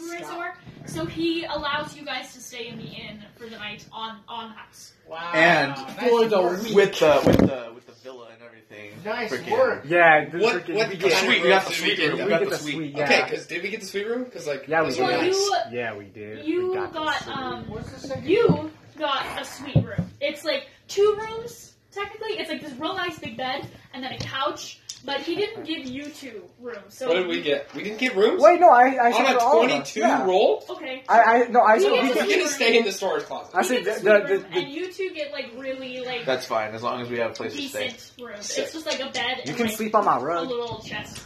resort. So he allows you guys to stay in the inn for the night on on house. Wow. And nice for the work. With the with the with the villa and everything. Nice Freaking- work. Yeah, the What- freaking- what we kind get, of- Sweet, we got the sweet room. we We get got the the suite. sweet. Yeah, Okay, because did we get the sweet room? Because like yeah, we those did. were Well, nice. you yeah, we did. you we got, the got, suite. um, What's the second? You got a suite room. It's like two rooms technically. It's like this real nice big bed and then a couch. But he didn't give you two rooms. So What did we get? We didn't get rooms Wait, no, I I on said a all of us, twenty-two yeah. roll. Okay. I I no, I said We we get We're the get. suite. gonna stay in the storage closet. I You said get the a suite the, room, the, and you two get like really like That's fine as long as we have a place to stay. decent rooms. It's just like a bed. you and, can like, sleep on my a rug. little chest.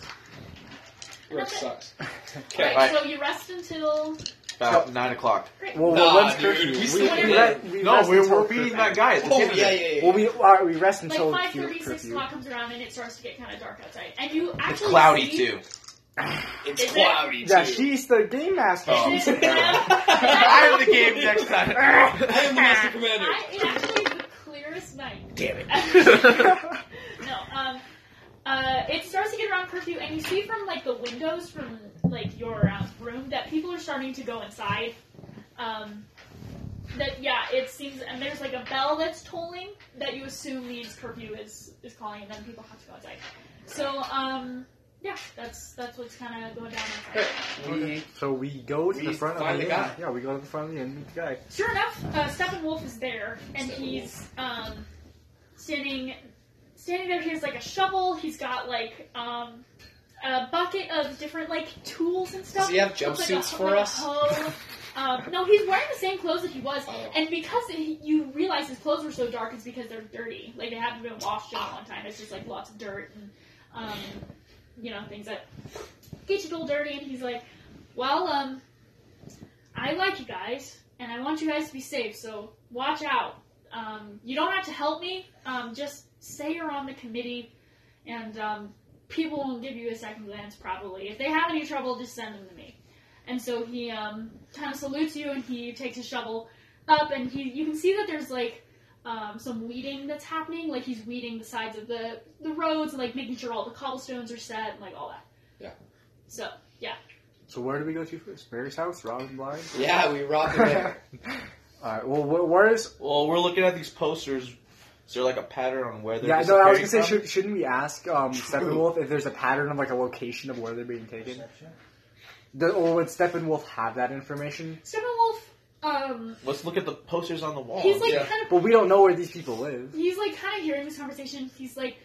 Room sucks. Alright, Okay. Alright. so you rest until About nine o'clock. great. Well, Nah, well when's dude, curfew? we We- sleep we in. let- we No, rest we're, until we're beating curfew. that guy. It's the Oh end of yeah, it. yeah, yeah. Well, we are we rest like until five cur- thirty, six curfew. o'clock comes around and it starts to get kind of dark outside, and you It's actually cloudy see, too. it's is it- cloudy Yeah, too. she's the game master. Oh. It, She's- I'm the game next time. I am the master commander. I, it actually is the clearest night. Damn it. no, um, uh, it starts to get around curfew, and you see from like the windows from like your um, room that people are starting to go inside. Um, that yeah, it seems, and there's like a bell that's tolling that you assume means curfew is is calling, and then people have to go outside. So um, yeah, that's that's what's kind of going down. Outside. We- so we go to We the front of find the the guy. inn. Yeah, we go to the front of the inn, meet the guy. Sure enough, uh, Steppenwolf is there, and he's um, standing standing there. He has like a shovel. He's got like um, a bucket of different like tools and stuff. Does he have Looks like jumpsuits a, for like a us? hoe. Um, no, he's wearing the same clothes that he was, Oh. and because he, you realize his clothes were so dark, it's because they're dirty. Like they haven't been washed in a long time. It's just like lots of dirt and um, you know things that get you all dirty. And he's like, "Well, um, I like you guys, and I want you guys to be safe. So watch out. Um, you don't have to help me. Um, just say you're on the committee, and um, people won't give you a second glance. Probably if they have any trouble, just send them to me." And so he um, kind of salutes you, and he takes his shovel up, and he you can see that there's like um, some weeding that's happening. Like he's weeding the sides of the the roads, and like making sure all the cobblestones are set, and like all that. Yeah. So yeah, So where do we go to first? Mary's house, Robin Blind. Yeah, we robbed the bank. All right. Well, wh- where is? Well, we're looking at these posters. Is there like a pattern on where they're? Yeah, no. I was gonna say, disappearing should, shouldn't we ask um, Steppenwolf if there's a pattern of like a location of where they're being taken? The, or would Steppenwolf have that information? Steppenwolf. Um, from? Let's look at the posters on the wall. he's like Oh, yeah. kind of But we don't know where these people live. he's like kind of hearing this conversation. He's like,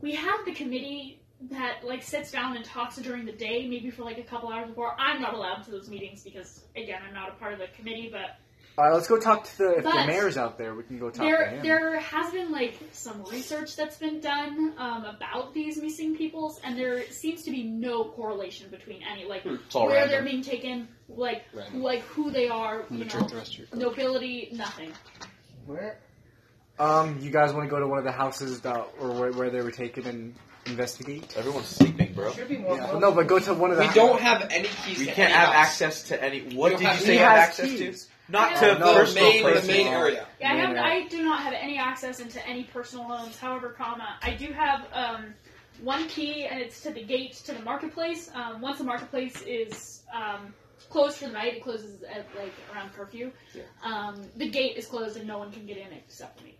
we have the committee that like sits down and talks during the day, maybe for like a couple hours before. I'm not allowed to those meetings because again, I'm not a part of the committee, but. All right, let's go talk to the if the But- mayor's out there. We can go talk to There, him. there has been like some research that's been done um, about these missing peoples, and there seems to be no correlation between any like it's all where random. they're being taken, like Random. like who they are, I'm you gonna drink know, the rest of your coke. nobility, nothing. Where? Um, you guys want to go to one of the houses that or where, where they were taken and investigate? Everyone's sleeping, bro. Should be more. Yeah. No, but go to one of the. We don't have any keys. We to can't any have house. access to any. What We did you have- say He you had has access keys. to? Not Yeah. to No, The personal main, the places. main area. Yeah, I, have, Yeah. I do not have any access into any personal homes. However, comma, I do have um, one key, and it's to the gate to the marketplace. Um, once the marketplace is um, closed for the night, it closes at like around curfew. Yeah. Um, the gate is closed, and no one can get in except me.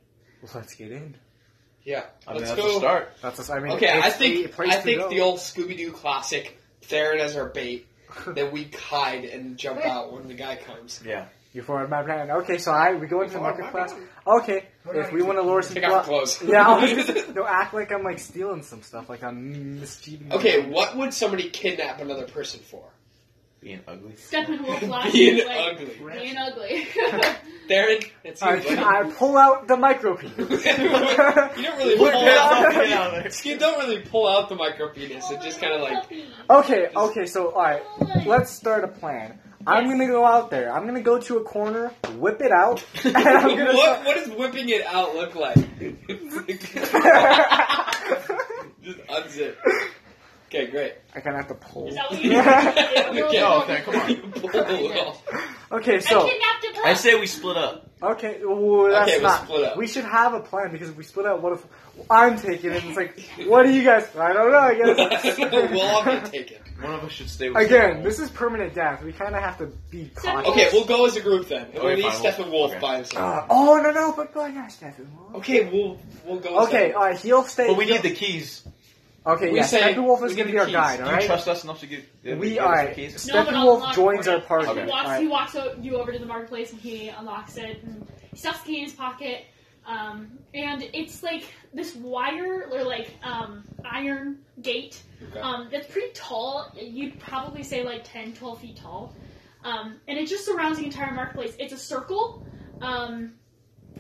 Let's get in. Yeah, I mean, let's that's a go. start. That's us. I mean, Okay, I it's a think place I to think go. the old Scooby Doo classic. There it is, our bait. Then we hide and jump Wait. out when the guy comes. Yeah. You followed my plan. Okay, so I we go into the followed market my class. plan. Okay, We're if not we want to lure some Take off your pla- clothes. yeah, I was gonna- no, act like I'm like stealing some stuff, like I'm mischieving. okay, what would somebody kidnap another person for? Being ugly. Steppenwolf laughs. Being he's like, ugly. Being ugly. Darren, it's you. I, I pull out the micro penis. buddy. you don't really pull Put it out. down, put it down. You don't really pull out the micro penis. It just kind of like Okay, okay, so alright, let's start a plan. I'm Yes. gonna go out there. I'm gonna go to a corner, whip it out, and I'm gonna. what? What does whipping it out look like? just unzip. Okay, great. I kind of have to pull. Is that what you do? Okay. No, okay, come on. You pull it off. Okay, I so kidnapped a I black say we split up. Okay, well, that's Okay, we'll not. split up. We should have a plan because if we split up, what if I'm taking it? And it's like, what do you guys? I don't know. I guess we'll all get taken. One of us should stay with Again, this is permanent death. We kind of have to be cautious. Okay, we'll go as a group then. We'll Okay, leave fine, we'll- Stephen Wolf okay. by himself. Uh, oh no no! But but not Steppenwolf. Okay, we'll we'll go. as Okay, uh, a- all right. He'll stay. But we need the keys. Okay, we yeah. say- Steppenwolf we is going to be need the our keys. guide. Do All you right. trust us enough to give, uh, We- give us alright. the keys? No, but I'll Steppenwolf unlock joins for you. our party. He Okay. walks, Alright. he walks o- you over to the marketplace and he unlocks it. And he stuffs the key in his pocket. Um, and it's like this wire or like um, iron gate Okay. um, that's pretty tall. You'd probably say like 10, 12 feet tall. Um, and it just surrounds the entire marketplace. It's a circle. Um,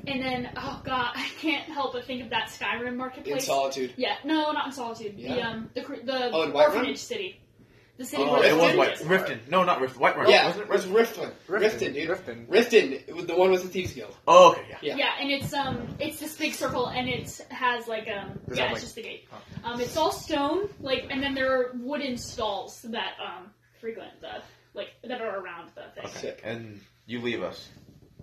and then, oh god, I can't help but think of that Skyrim in marketplace. solitude. yeah, no, not in Solitude. The, Yeah. um, the, cr- the Oh, in Whiterun? orphanage city. The city Oh, where it the was Riften? White orphanages were. Riften. No, not Riften. White Riften. Yeah, Wasn't it it was Riften? Riften. Riften, Riften, Riften. dude. Riften, the one with the thieves guild. Oh, okay, yeah. Yeah. Yeah, and it's um, it's this big circle, and it has like um, Does it yeah, have, it's like- just the gate. Um, it's all stone, like, and then there are wooden stalls that um frequent the like that are around the thing. Okay. Sick. And you leave us.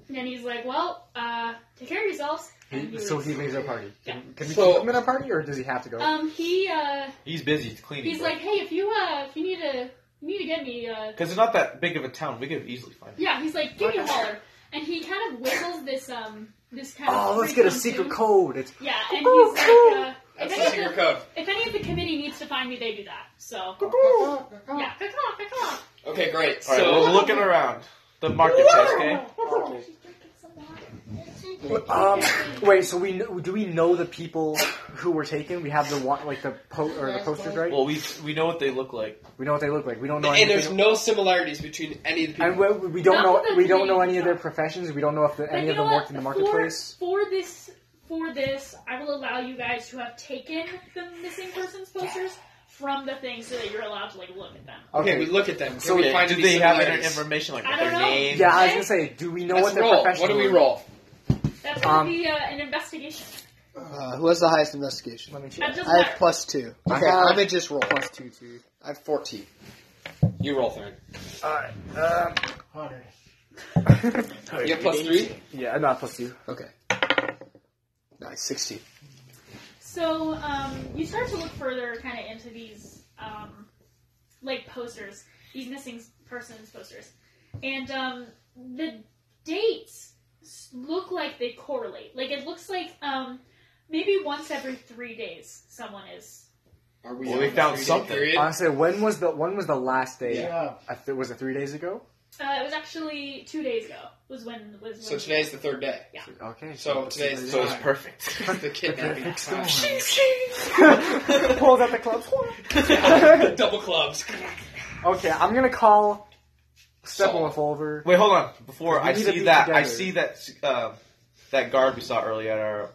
And then he's like, "Well, uh, take care of yourselves." And He- so he leaves our party. Can, can we So- keep him in our party, or does he have to go? Um, he uh, He's busy cleaning. he's like, "Hey, if you uh, if you need to, you need to get me uh, because it's not that big of a town. We could easily find it. yeah." He's like, "Give me a holler," and he kind of whistles this um, this kind of. oh, let's get a frequent secret Oh, tune. code. It's Yeah, and he's like, uh, That's if the any, of secret the, code. if any of the committee needs to find me, they do that. So. Oh. Yeah, caw-caw, caw-caw. Okay, great. All right, so we're looking around the marketplace. Okay. Um, wait, so we kn- do we know the people who were taken? We have the one, like the po- or the posters, right? Well, we we know what they look like. We know what they look like. We don't know and there's anything. no similarities between any of the And people. we, we don't Not know with the we don't know community any of their stuff. professions. We don't know if the, But any you of them know worked in the what? marketplace. For, for this, for this, I will allow you guys to have taken the missing persons posters from the thing, so that you're allowed to like look at them. Okay, we look at them. So So we yeah, find Do any they have any similarities? information like I their don't know. name? Yeah, I was gonna say, do we know Let's what their roll. profession? What do we were? roll? That's gonna Um, be uh, an investigation. Uh, who has the highest investigation? Let me check. Uh, That doesn't I matter. have plus two. I Okay, have- I'm gonna just roll. Plus two, two. I have fourteen. You roll, Theron. Alright. Um, You have plus three? yeah, I'm not plus two. Okay. Nice, sixteen. So um, you start to look further, kind of into these um, like posters, these missing persons posters, and um, the dates s- look like they correlate. Like it looks like um, maybe once every three days, someone is. Are we Well, on we a found three-day something. period? Honestly, when was the when was the last day? Yeah. I th- was it three days ago? Uh, it was actually two days ago. Was when was when. So today's the third day. Okay. So today's three days. So it's perfect. the kidnapping. Perfect storm. time. Pulls out the club. Double clubs. okay, I'm gonna call Steppenwolf over. Wait, hold on. Before We I need see to be that, I together. see that uh, that guard we saw earlier at our.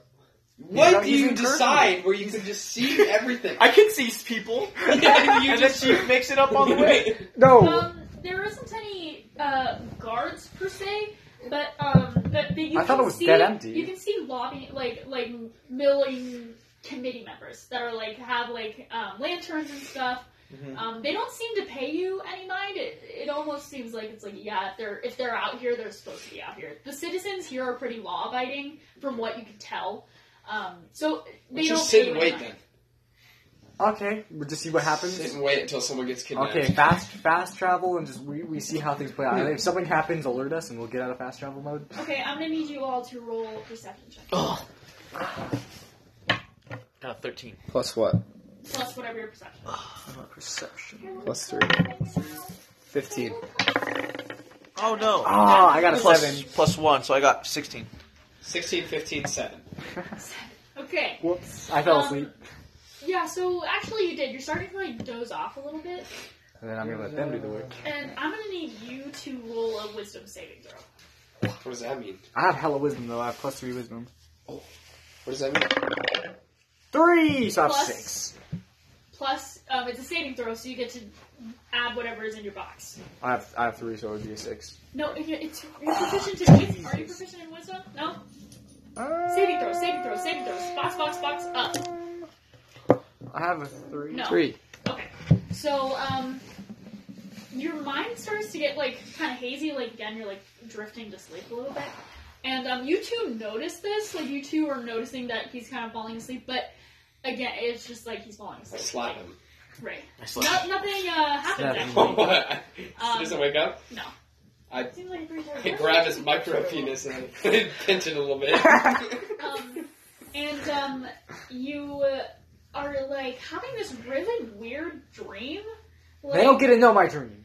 What not do using you cursing. decide where you can just see everything? I can see people. you and then just she makes it up on the way. No, Um, there isn't any uh, guards per se, but um, but, but you I thought can it was see, dead empty. You can see lobby like like milling committee members that are like have like um, lanterns and stuff. Mhm. Um, they don't seem to pay you any mind. It, it almost seems like it's like yeah, if they're if they're out here, they're supposed to be out here. The citizens here are pretty law abiding, from what you can tell. Um, so they don't Just pay sit and you any wait mind. then. okay. We'll just see what Sit happens. and wait until someone gets kidnapped. Okay, fast fast travel and just we, we see how things play out. Hmm. And if something happens, alert us and we'll get out of fast travel mode. Okay, I'm gonna need you all to roll perception check Got thirteen. Plus what? plus whatever your perception. is. Perception. Plus three. Fifteen. Oh no! Oh, Ah. I got a Plus- seven. plus one, so I got sixteen. 16, 15, 7. Okay. Whoops, I fell Um, asleep. Yeah, so actually you did. You're starting to like doze off a little bit, And then I'm gonna let them do the work. and I'm gonna need you to roll a wisdom saving throw. What does that mean? I have hella wisdom though. I have plus three wisdom. What does that mean? Three, so I have Plus- six. Plus, um, it's a saving throw, so you get to add whatever is in your box. I have I have three, so it would be a six. No, if you- it's you're proficient in wisdom. Are you proficient in wisdom? No. Saving throw, saving throw, saving throw. Box, box, box. Up. I have a three. No. Three. Okay. So, um, your mind starts to get like kind of hazy. Like again, you're like drifting to sleep a little bit. And um, you two notice this, like you two are noticing that he's kind of falling asleep. But again, it's just like he's falling I asleep. slap him. Right. I No, nothing uh, happens. Snapping. Actually. What? Um, he doesn't wake up. No. I- Seems like a pretty I grab his micro penis and pinch it a little bit. Um, and um, you uh, are like having this really weird dream. Like, They don't get to know my dream.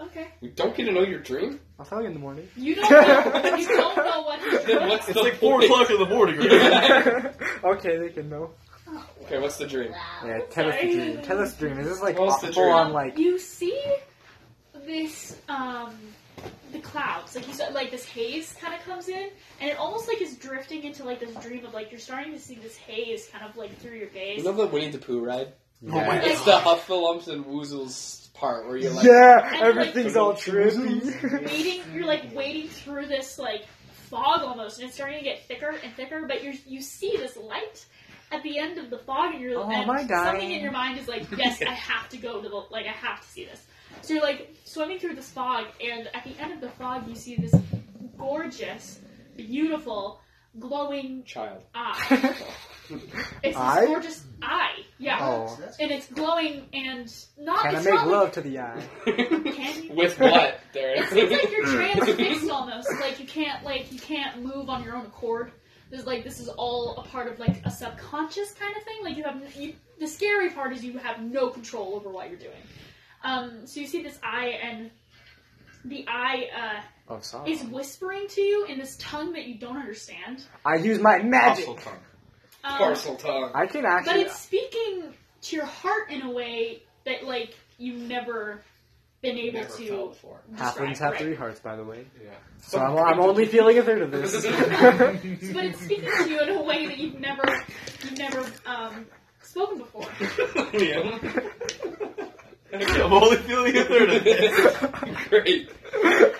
Okay. you don't get to know your dream. I'll tell you in the morning. You don't. Know, you don't know what. he's Then doing. what's It's the like four point? o'clock in the morning. Yeah. okay, they can know. Okay, what's the dream? Wow. Yeah, tell us the Sorry. dream. Tell us the dream. Is this like What's the full dream? on like Um, You see this um the clouds like you said like this haze kind of comes in and it almost like is drifting into like this dream of like you're starting to see this haze kind of like through your You gaze. know the Winnie the Pooh ride? Oh my It's the Huff the Lumps and Woozles part where you're like, yeah, like, everything's all trippy. Wading, you're like wading through this like fog almost, and it's starting to get thicker and thicker. But you you see this light at the end of the fog, and you're Oh, and am I something in dying? your mind is like, yes, I have to go to the like I have to see this. So you're like swimming through this fog, and at the end of the fog, you see this gorgeous, beautiful, glowing child. eye. It's this Eye? gorgeous eye, yeah, oh, and it's glowing and not. can I it's make not like- love to the eye? Can you? With what? It seems like There. you're transfixed almost. Like you can't like you can't move on your own accord. There's like this is all a part of like a subconscious kind of thing. Like you have you, the scary part is you have no control over what you're doing. Um, so you see this eye and the eye Oh, uh, sorry. is whispering to you in this tongue that you don't understand. I use my magic. Hostile tongue. Um, Parcel tongue. I can but actually. it's speaking to your heart in a way that like you've never been able Never to. felt for. describe, Halflings have right. three hearts, by the way. Yeah. So I'm, I'm only feeling a third of this. I but it's speaking to you in a way that you've never you've never um, spoken before. I'm only feeling a third of this. Great.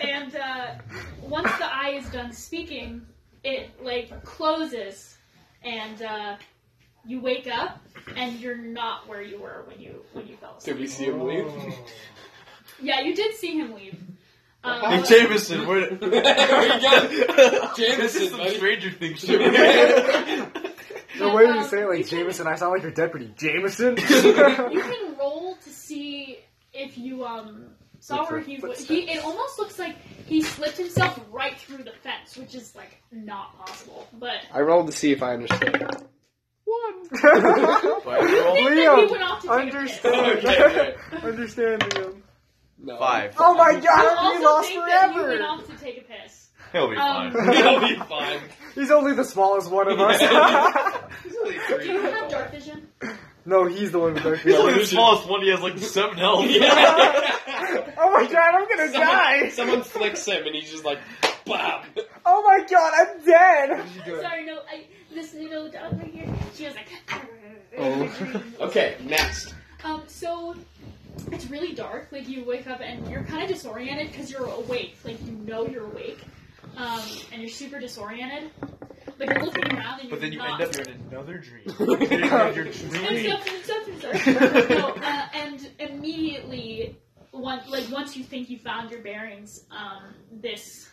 And uh, once the eye is done speaking, it like closes, and uh, you wake up, and you're not where you were when you when you fell asleep. Did we see him leave? Oh. Yeah, you did see him leave. Hey, Um, Jameson, where? go. This is Jameson, some buddy. Stranger Things shit. Jameson. The but, way you um, say it, you like can- Jameson, I sound like your deputy. Jameson? You can roll to see if you um saw Look for where he was. He it almost looks like he slipped himself right through the fence, which is like not possible. But I rolled to see if I understood. you think that he Liam, went off to take a piss. understand. Okay, understand, Liam. No. Five. Oh my god, You I'm also be lost think that you went forever! off to take a piss. He'll be Um, fine. It'll be fine. He's only the smallest one of us. Yeah. He's only Do three. you have dark vision? no, he's the one with dark He's only vision. the smallest one. He has like seven health. Yeah. Oh my god, I'm gonna Someone- die! Someone flicks him and he's just like, bam. Oh my god, I'm dead! Sorry, no. I, this little dog right here. She was like. "Ah." Oh. Okay, next. Um. So it's really dark. Like you wake up and you're kind of disoriented because you're awake. Like you know you're awake. Um. And you're super disoriented. Like you're looking around and you're But then you not end up in another dream. You're, you're and dreaming. stuff and stuff and stuff. no, uh, and immediately, once like once you think you found your bearings, um, this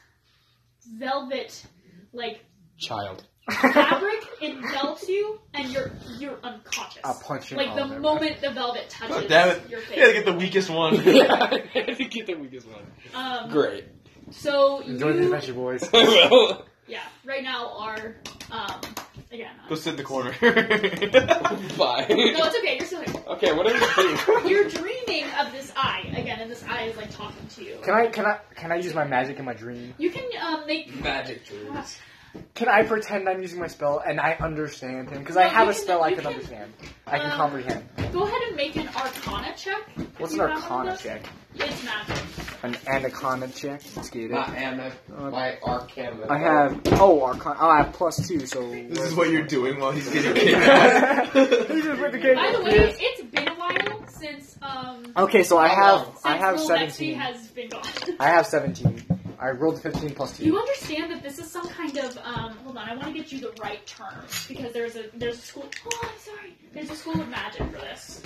velvet like Child. fabric envelops you, and you're you're unconscious. I'll punch him. like the moment the velvet touches God damn it. your face. You gotta get the weakest one. I think you're the weakest one. um, Great. So Enjoy the you, adventure, boys. I will. yeah, right now are um, again. Go sit in the corner. no, Bye. it's okay. You're still here. Okay, what did we do? You're dreaming of this eye again, and this eye is like talking to you. Can I, can I, can I use my magic in my dream? You can um, make Magic dreams. Can I pretend I'm using my spell and I understand him? Because No, I have you a can- spell I you can can- understand. I can um, comprehend. Go ahead and make an Arcana check. What's you an have one of arcana those? check? It's magic. An anaconda check? Let's get it. My Anna, Uh, my Arkham. I have oh arcana. I have plus two, so this is what you're doing while he's getting kidnapped. kidnapped. He just put the game- By the way, it's been a while since um. Okay, so I How have long? Since I have Lil seventeen. Lexi has been gone. I have seventeen. I rolled fifteen plus You two. understand that this is some kind of um. Hold on, I want to get you the right term because there's a there's a school. Oh, I'm sorry. There's a school of magic for this.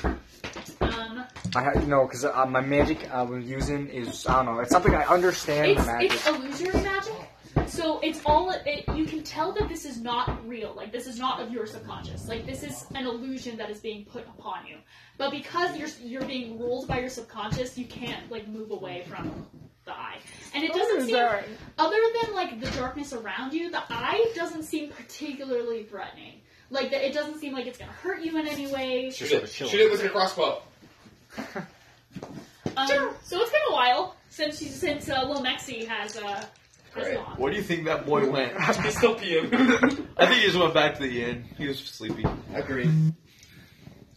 Um, I ha- no, because uh, my magic I was using is I don't know. It's something I understand it's the magic. it's illusory magic. So it's all it, you can tell that this is not real. Like this is not of your subconscious. Like this is an illusion that is being put upon you. But because you're you're being ruled by your subconscious, you can't like move away from the eye. And it doesn't seem other than like the darkness around you, the eye doesn't seem particularly threatening. Like that, it doesn't seem like it's gonna hurt you in any way. Shoot it. Shoot it with your crossbow. Um, so it's been a while since she, since uh, Lil Mexi has uh, has Great. gone. Where do you think that boy went? He's still peeing. I think he just went back to the inn. He was sleepy. Agreed.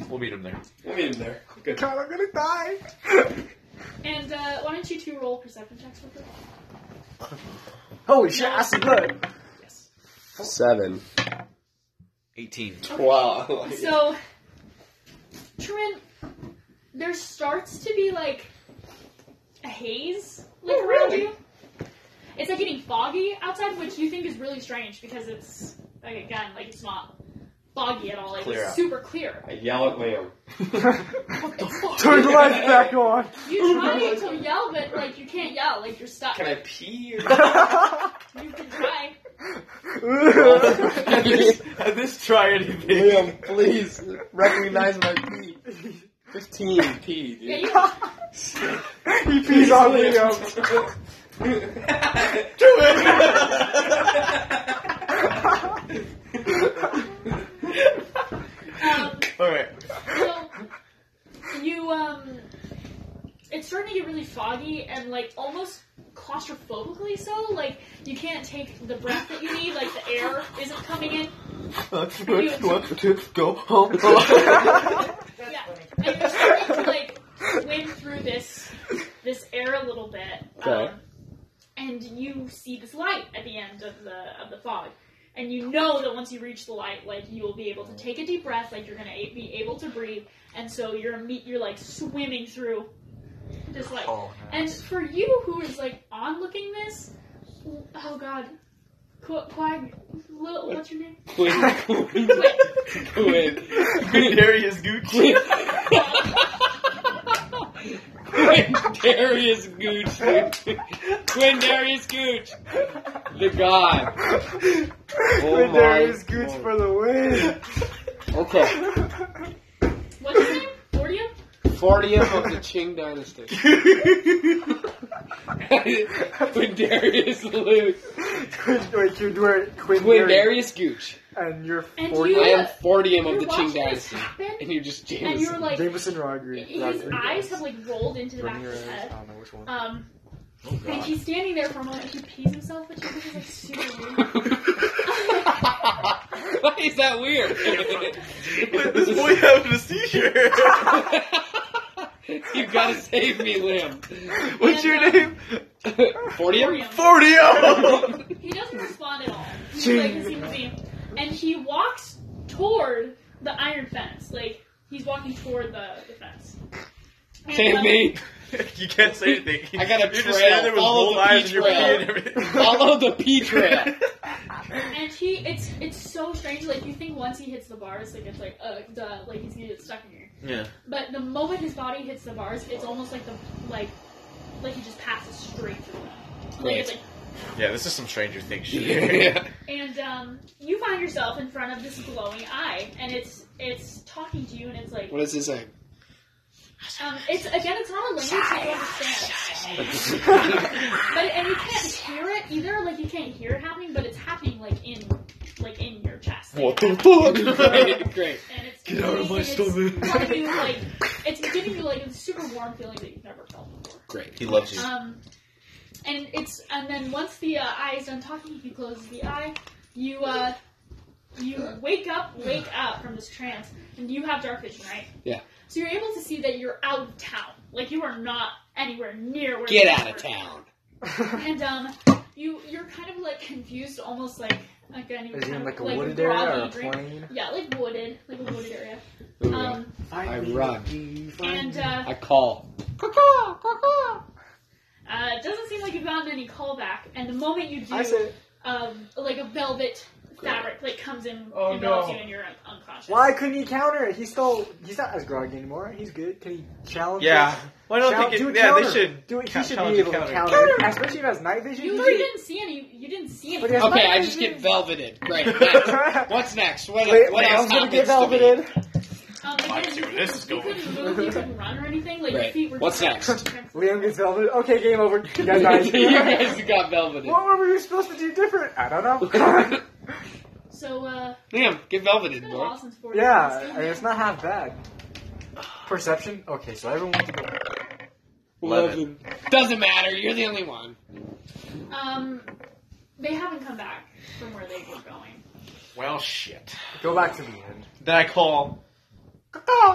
We'll meet him there. We'll meet him there. Good. God, I'm gonna die. And uh, why don't you two roll perception checks real quick? Holy shit, that's good. Yes. Seven. 18. Wow. I like it. So, Trin, there starts to be like a haze like Oh, around really? you. It's like getting foggy outside, which you think is really strange because it's like again like it's not foggy at all. Like, Clear it's out. super clear. I yell at Liam. what the fuck? Turn the lights back on. You try to yell, but like you can't yell. Like you're stuck. Can I pee? You can try. At this, at this try anything. Liam, please recognize my pee. Fifteen. pee, dude. Yeah, you can he pees on Liam. Do it. Um, Alright. so you um, it's starting to get really foggy and like almost claustrophobically so. Like you can't take the breath that you need. Like the air isn't coming in. Let's go home. Yeah, and you're starting to like swim through this this air a little bit. Okay. Um, and you see this light at the end of the of the fog. And you know that once you reach the light, like you will be able to take a deep breath, like you're gonna a- be able to breathe, and so you're imme- you're like swimming through this light. And for you, who is like on looking this, oh god, Qu- Quag, Lil- what's your name? Quinn, Quinn, Quinn, Darius Gucci. Quinn Darius Gooch, dude. Quinn Darius Gooch, the god. Oh When there is Gooch for the win. Okay. What's your name? Fortium? 40th of the Qing Dynasty. Quinn Darius Luke, Quinn, wait, you were Quinn, Quinn Yuri, Darius Gooch. and you're And 40. you- uh, I am fortium You're of the watching Qing this dynasty, happen, and you're just and Jameson. you're like, Jameson Rodriguez. his eyes have like rolled into the back of his I head. don't know which one. Um, Oh, and he's standing there for a moment. He pees himself, which I think is like super weird. Why is that weird? this boy having a seizure. you gotta save me, Liam. What's your name? Fortium? Fortium. Fortio. He doesn't respond at all. He's like, he seems to be- and he walks toward the iron fence. Like he's walking toward the, the fence. And, Save um, me. you can't say anything. I got a You're trail. just standing there with Follow bold the eyes and pea you're trail. peeing everything. Follow the pea trail. And he, it's it's so strange. Like you think once he hits the bars, like it's like uh, duh, like he's gonna get stuck in here. Yeah. But the moment his body hits the bars, it's almost like the like like he just passes straight through them. Like it's Great. like Yeah, this is some Stranger Things shit. yeah. And um, you find yourself in front of this glowing eye, and it's it's talking to you, and it's like What does it say? um, it's again, it's not a language that you understand, but and you can't hear it either. Like you can't hear it happening, but it's happening like in like in your chest. Like, Great, Great. And it's Get out of my it's stomach. telling you, like, it's giving you like a super warm feeling that you've never felt before. Great. He loves you. Um, and it's and then once the uh, eye is done talking, he closes the eye. You uh, you wake up, wake up from this trance, and you have dark vision, right? Yeah. So you're able to see that you're out of town, like you are not anywhere near where. Get you out were. of town. And um, you you're kind of like confused, almost like again, you're Is he kind in of, like a like wooded area or a groggy, drink- plain? Yeah, like wooded, like a wooded area. Ooh, Um, I run. and uh, I call. Caw-caw, caw-caw. Uh, it doesn't seem like you've gotten any callback, and the moment you do, I said, um, like a velvet fabric like comes in Oh, envelops no. you and you're un- unconscious. Why couldn't he counter it? He's still he's not as groggy anymore. He's good. Can he challenge? Yeah. it? Why don't Challenge- they do get, a yeah, they counter. should. do it. He count- should challenge be a able to counter. counter, especially if he has night vision. You, he you should- didn't see any. You didn't see But any. he has Okay, night I just vision. get velveted. Great. next. What's next? What, Wait, what I else was gonna happens get to me? velveted. Um, I again, see you where this is couldn't- going. You couldn't move. You couldn't run or anything. Like your Right. feet were. What's just- Liam gets velveted. Okay, game over. You guys you died. guys got velveted. what were we supposed to do different? I don't know. So uh, Liam, get it's velveted, been a boy. while since four. yeah, I mean, it's not half bad. Perception. Okay, so everyone. Eleven. Doesn't matter. You're the only one. Um, they haven't come back from where they were going. Well, shit. Go back to the end. Then I call.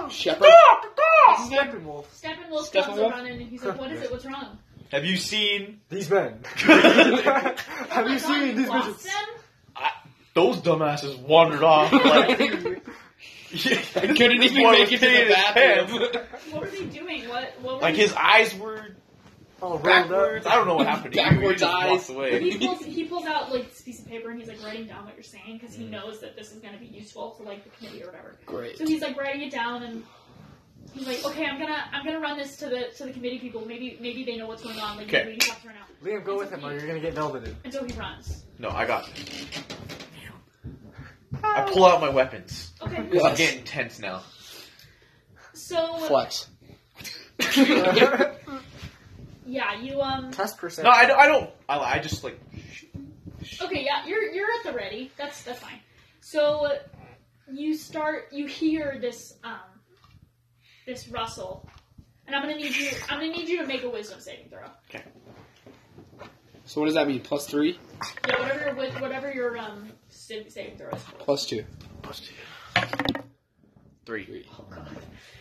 Shepherd. What's his name? Steppenwolf. Steppenwolf comes Steppenwolf? running and he's like, "What is it? What's wrong?" Have you seen These men. Oh Have my you God, seen these lost bitches? Them? those dumbasses wandered off? Like, I couldn't even One make was it to peeing the his bathroom. What were they doing? What? What were like they- his eyes were All rolled up. backwards. I don't know what happened. to you. Backwards He just eyes. walked away. He pulls, he pulls out like this piece of paper and he's like writing down what you're saying because he knows that this is going to be useful for like the committee or whatever. Great. So he's like writing it down and he's like, okay, I'm gonna I'm gonna run this to the to the committee people. Maybe maybe they know what's going on. Like Okay. maybe you have to run out. Liam, go with him or you're gonna get velveted. And so he runs. No, I got. It. I pull out my weapons. Okay. Yeah. I'm getting tense now. So Flex. yeah, you um. Test perception. No, I don't. I don't. I, li- I just like. Okay, yeah, you're you're at the ready. That's that's fine. So you start. You hear this um this rustle, and I'm gonna need you. I'm gonna need you to make a wisdom saving throw. so what does that mean? Plus three? Yeah, whatever your wi- whatever your um sa- saving throw is. for. Plus two. Three.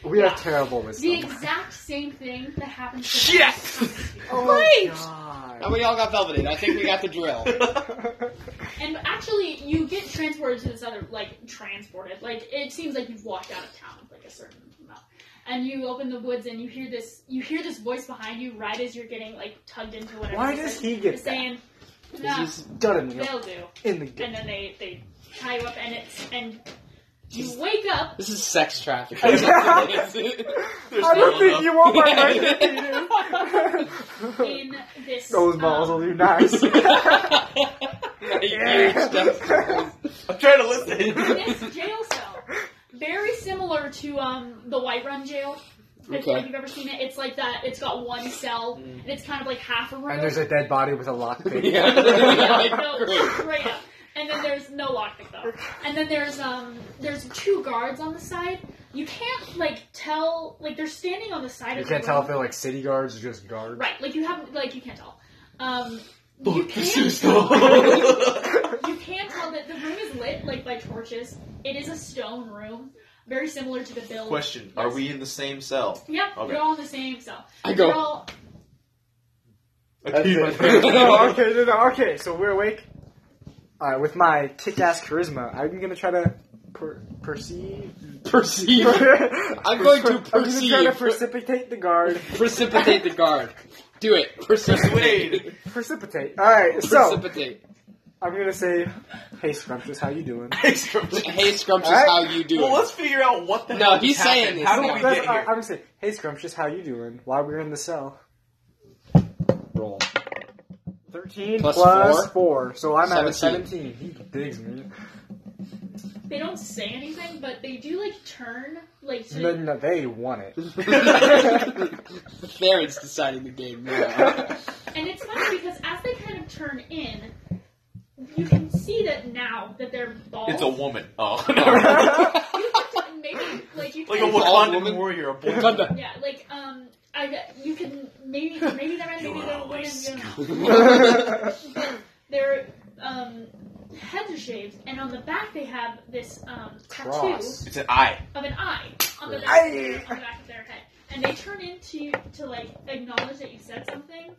we have terrible The wisdom. exact same thing that happens. to Shit! Oh Great! Now God. we all got velveted. I think we got the drill. And actually, you get transported to this other, like, transported. Like, it seems like you've walked out of town, like, a certain amount. And you open the woods and you hear this, you hear this voice behind you right as you're getting, like, tugged into whatever. Why it's does like- he get it's that? saying, nah, This is- Done in the, they'll do. in the And game. then they, they tie you up and it's, and you wake up. This is sex trafficking. I don't think you want my night vision. In this Those balls will um, do nice. I'm trying to listen. this jail cell, very similar to um the White Run jail. If Okay. like, you've ever seen it, it's like that. It's got one cell, Mm. and it's kind of like half a room. and there's a dead body with a lockpick. Yeah. yeah, no, Great. straight up. And then there's no lockpick though. And then there's um there's two guards on the side. You can't like tell like they're standing on the side You of can't the tell room. if they're like city guards or just guards. right. Like you haven't like you can't tell. Um, you Fuck, Oh, this can't is so- You can tell that the room is lit like by torches. It is a stone room, very similar to the build. Question: Are we in the same cell? Yep, Okay. you're all in the same cell. I You're go. all, I keep my no, okay, no, no, okay. So we're awake. All right, with my kick-ass charisma, I'm gonna try to per- perceive. Perceive. I'm going to I'm gonna try to perceive. precipitate the guard. Precipitate the guard. Do it. Precipitate. Persuade. Precipitate. All right, so Precipitate. I'm gonna say, "Hey, Scrumptious, how you doing?" Hey, Scrumptious, Alright. how you doing? Well, let's figure out what the No, hell he's just happened. saying this How now. did we That's- get I- here? I'm gonna say, "Hey, Scrumptious, how you doing?" While we were in the cell. roll. Thirteen Plus plus four. so I'm at a seventeen. Seventeen. He digs me. they don't say anything, but they do like turn like to, No, no, they won it. Theron's deciding the game now. and it's funny because as they kind of turn in, you can see that now that they're bald. It's a woman. Oh, you can maybe like you like a can, Bald Wakandan woman? warrior. A boy. Wakanda. yeah like um I you can maybe maybe they're men, maybe You they're women. always You know. That's their um, heads are shaved, and on the back they have this um, tattoo Cross. It's an eye. of an eye on the back, Eye. on the back of their head. And they turn into to like acknowledge that you said something.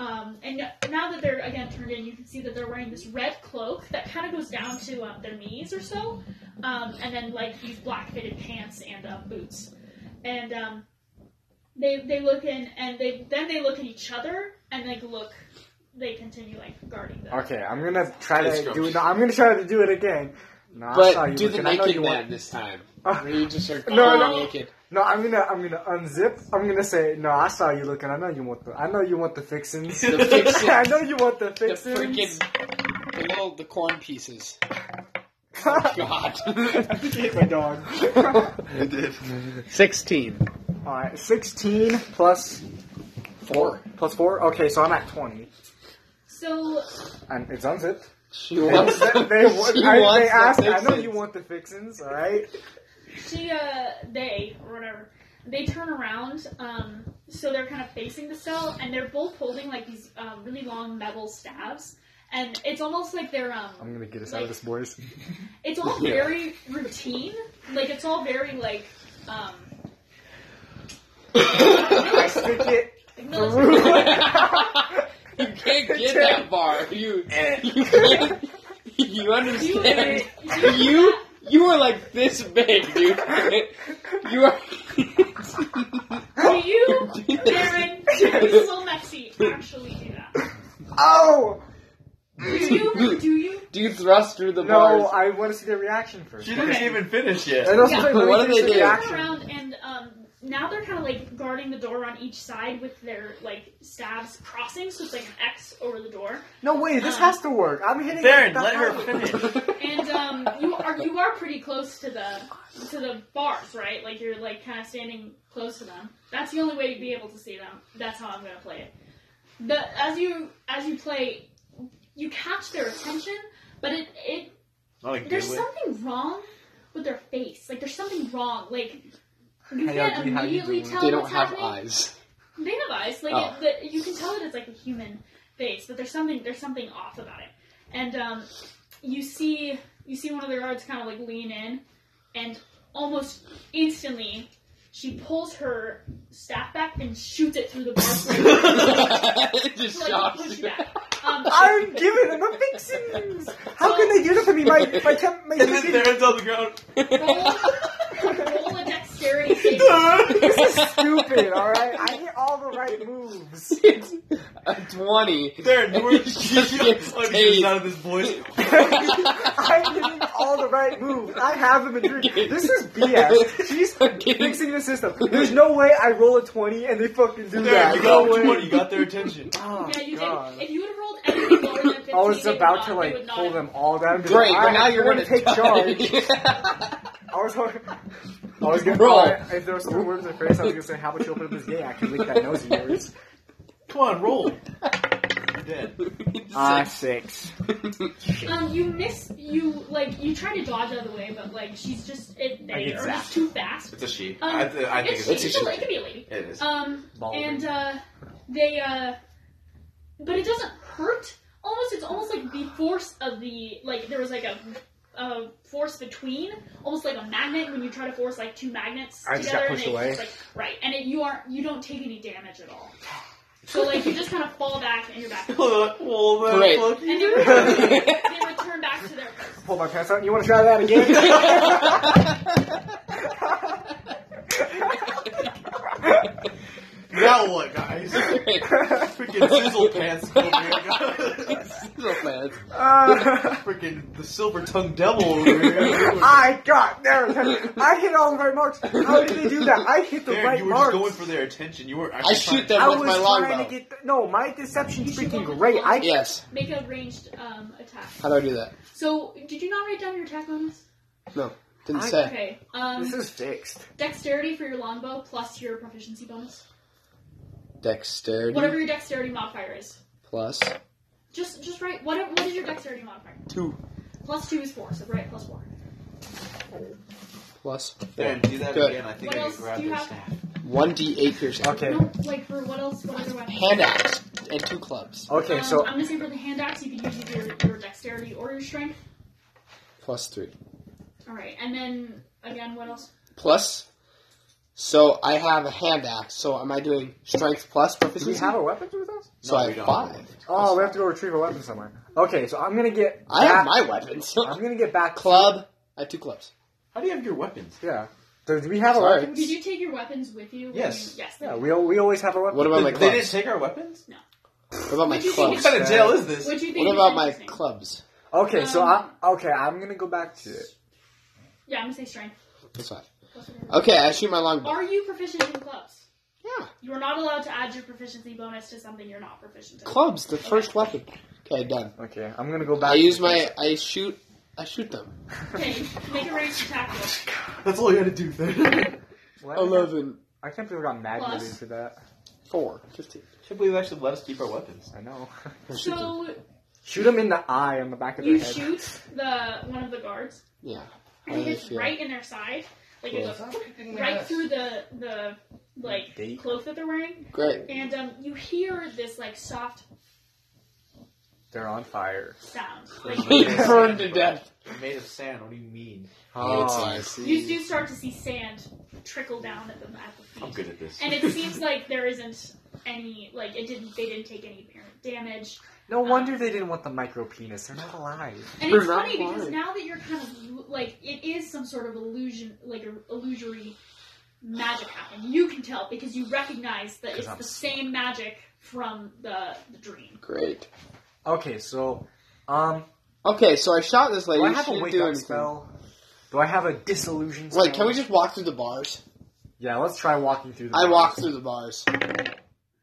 Um, and now that they're again turned in, you can see that they're wearing this red cloak that kind of goes down to um, their knees or so, um, and then like these black fitted pants and uh, boots. And um, they they look in, and they then they look at each other and like look they continue like guarding them. Okay, I'm gonna try It's to do gross. it. No, I'm gonna try to do it again. No, I saw But you do the looking. I know naked you man wanted. this time. Uh, Where you just are No, totally no. naked. No, I'm gonna I'm gonna unzip. I'm gonna say no. I saw you looking. I know you want the I know you want the fixins. The fixins. I know you want the The fixins. freaking the little the corn pieces. God. Hit my dog. I did. Sixteen. All right, sixteen plus Four. plus four. Okay, so I'm at twenty, So and it's unzipped. She They, wants. they, they, she I, wants they the asked. I know fixins. you want the fixins. All right. she uh they or whatever they turn around um so they're kind of facing the cell and they're both holding like these um, really long metal stabs and it's almost like they're um I'm gonna get us out of this, boys. it's all Yeah. very routine like it's all very like um I stick it. military. Oh, you can't get that far. You you can't, you You- understand? you- You you are like this big, dude. You are. do you Darren you so messy actually do that Oh do you do you Do you thrust through the no! bars? I want to see their reaction first. She didn't Okay. even finish And yet. also, Yeah, let but me what do see they the do? turn reaction. around and um, now they're kind of like guarding the door on each side with their like stabs crossing, so it's like an X over the door. No way! This Um, has to work. I'm hitting. Darren, the let her highway. finish. And um, you are you are pretty close to the to the bars, right? Like you're like kind of standing close to them. That's the only way to be able to see them. That's how I'm gonna play it. The as you as you play, you catch their attention, but it it Not a good there's way. something wrong with their face. Like there's something wrong. Like you Hey, can't Audrey, how you immediately doing? tell They don't what's have happening. eyes. They have eyes. Like Oh. it, the, you can tell that it's like a human face, but there's something there's something off about it. And um, you see you see one of the guards kind of like lean in, and almost instantly she pulls her staff back and shoots it through the bar. just like, like, shocks push it you. back. um, I'm giving them a fixins. How can they do that to me? My my temp, my And then Darren's on the ground. roll, roll a dexterity save. Oh This is stupid. All right, I hit all the right moves. It's a twenty. Darren, you were Just you gets like, tased. out of this voice. I'm hitting all the right moves. I have them in drink. This is BS. She's fixing the system. There's no way I roll a twenty and they fucking do Darren, that. you no got way. what? You got their attention. Oh, Yeah, you God. did. If you would have rolled anything lower than 15, Oh, I was they would about not, to uh, they like would not pull have- them all down. and be like, Great, but "Alright, now you're everyone gonna take die. charge. I was, I was gonna Roll. I- If there was three words in the phrase, I was gonna say, "How about you open up this gay act and lick that nose of yours?" Come on, roll. You're dead. Ah, six. Um, you miss. You like. You try to dodge out of the way, but like she's just it. They I get are zapped. just too fast. It's a she. Um, I, th- I think it's, it's, it's, a a, she. it could be a lady. It is. Um, Baldwin. and uh, they uh, but it doesn't hurt. Almost, it's almost like the force of the like there was like a. A force between, almost like a magnet when you try to force like two magnets I just got together, pushed and it's away. just, like right, and it, you aren't you don't take any damage at all. So like you just kind of fall back and you're back, and well, then, Great. fuck they you. return, they return back to their Pull my pants out. You want to try that again? Now what, guys? Freaking sizzle pants over here. guys. so fast. Uh, Freaking the silver tongue devil over here. I got there. it is. I hit all the right marks. How did they do that? I hit the Darren, right you were marks. just going for their attention. You weren't I actually shoot trying- them I with was my trying to longbow. get. The, no, my deception's You should freaking roll great. I the- Yes. Make a ranged um, attack. How do I do that? So, did you not write down your attack bonus? No, didn't I- say. Okay. Um, This is fixed. dexterity for your longbow plus your proficiency bonus. Dexterity Whatever your dexterity modifier is. plus Just just write. What, what is your dexterity modifier? two Plus two is four, so write plus four. plus Darren, do that Good. again. I think What I can else grab do you their have? staff. one d eight piercing. Okay. No, like for what else? What other weapon? Hand axe and two clubs Okay, Um, so I'm gonna say for the hand axe, you can use either your dexterity or your strength. plus three All right, and then again, what else? plus. So I have a hand axe. So am I doing strength plus do proficiency? we have a weapon with us? so No, I we have don't. five. Oh, we have to go retrieve a weapon somewhere. Okay, so I'm gonna get. I back, have my weapons. I'm gonna get back. Club. I have two clubs. How do you have your weapons? Yeah. Do we have Sorry. a weapon? Did you take your weapons with you? when Yes. You, yes. Yeah, we al- we always have a weapon. What about my Did- they didn't clubs? take our weapons? What about my Would you think clubs? it's- What kind of jail is this? What do you think? What is about my interesting? clubs? Okay, so I Um, okay, I'm gonna go back to it. Yeah, I'm gonna say strength. That's fine. Plus whatever. Okay, I shoot my long bow. Are you proficient in clubs? Yeah. You are not allowed to add your proficiency bonus to something you're not proficient in. Clubs, the first weapon. Okay, done. Okay, I'm gonna go back. I to use it. my. I shoot. I shoot them. Okay, make a range attack roll. That's all you had to do there. Can't What? Eleven. I can't believe I got mad Plus. rating for that. Four. Fifteen. believe they actually let us keep our weapons. I know. I shoot them. So Shoot him in the eye on the back of the you head. shoot the one of the guards. Yeah. I think Uh, it's yeah. right in their side. Like it Yeah. goes right through the the like Date. cloak that they're wearing, Great. and um, you hear this like soft They're on fire. sound. Like He burned to death. They're made of sand. What do you mean? Oh, I It's- see. you do start to see sand trickle down at the at the feet. I'm good at this. and it seems like there isn't any like it didn't they didn't take any apparent damage. No wonder they didn't want the micro penis. They're not alive. And They're it's not funny because blind. now that you're kind of like it is some sort of illusion, like a illusory magic happening. You can tell because you recognize that 'Cause it's I'm the same magic from the, the dream. Great. Okay, so um, Okay, so I shot this lady. do I She have a didn't wake do up anything. spell? Do I have a disillusion spell? Wait, can we just walk through the bars? Yeah, let's try walking through. The I doors. walked through the bars.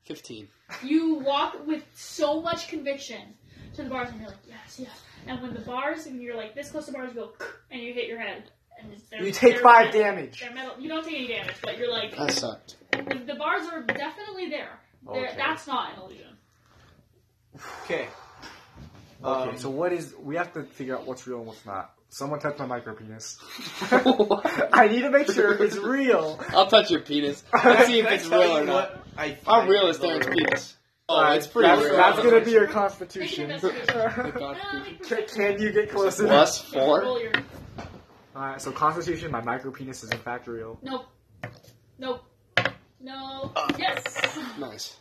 Fifteen. You walk with so much conviction to the bars, and you're like, yes, yes. And when the bars, and you're like this close to bars, you go, and you hit your head, and it's- they're, You take they're five metal, damage. They're metal. You don't take any damage, but you're like That sucked. the, the bars are definitely there. They're- Okay. That's not an illusion. Okay. Okay, Um, so what is? We have to figure out what's real and what's not. Someone touched my micro penis. I need to make sure if it's real. I'll touch your penis. Let's see if Can I it's tell real you or not. what I How find real is in the Darren's room? penis? Oh, Uh, it's pretty that's, real. That's gonna be your Make an constitution. investigation. Uh, Constitution. make Can, perception. can you get close enough? Plus Yeah, four. roll your- Alright, so constitution, my micro penis is in fact real. Nope. Nope. No. Uh. Yes. Nice.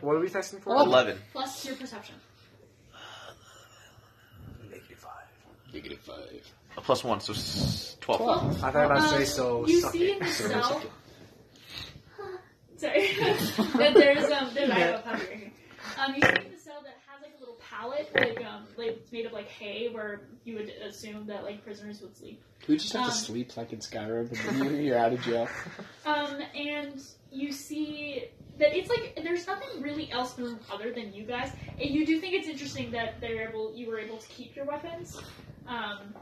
What are we testing for? Oh, Eleven. Plus your perception. Negative five. Negative five. A plus one, so s- twelve. Twelve. I thought about to Um, say so. You Oh, suck see it. in the So- cell. Sorry. that there's um. There's, I have a puppy right here. Um, you see in the cell that has like a little pallet, like um, like it's made of like hay, where you would assume that like prisoners would sleep. Do we just have Um, to sleep like in Skyrim and then you- you're out of jail? Um, and you see that it's like there's nothing really else in the room other than you guys. And you do think it's interesting that they're able, you were able to keep your weapons, um,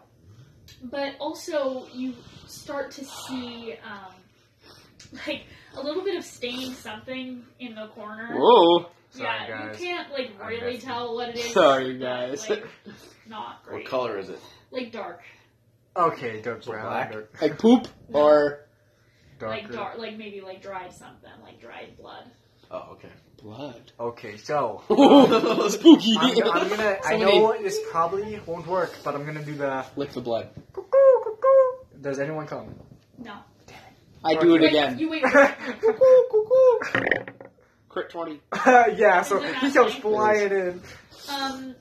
but also you start to see um, like a little bit of stained something in the corner. Whoa! yeah, Sorry, guys. you can't like I'm really messing. tell what it is. Sorry, but, guys. Like, not What great. color is it? Like dark, Okay, dark So brown. black? Dark, Like poop or like darker. dark, like maybe like dried something, like dried blood. Oh, okay. blood. Okay, so Spooky! I'm, go- I'm gonna. I Somebody- know this probably won't work, but I'm gonna do the. Lick the blood. Cuckoo, cuckoo. Does anyone come? No. I do it Wait, again. You wait. cuckoo, cuckoo. Crit 20. yeah, so he comes flying in. Um.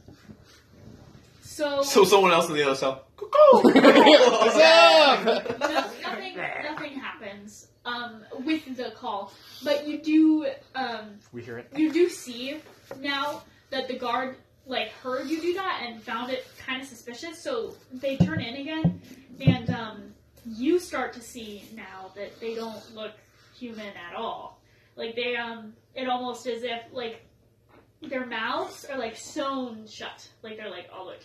So, So someone else in the other cell. What's up? no- nothing, nothing happens um, with the call, but you do um, We hear it. you do see now that the guard like heard you do that and found it kind of suspicious, so they turn in again, and um, you start to see now that they don't look human at all. Like they um, it almost as if like their mouths are like sewn shut, like they're like all like.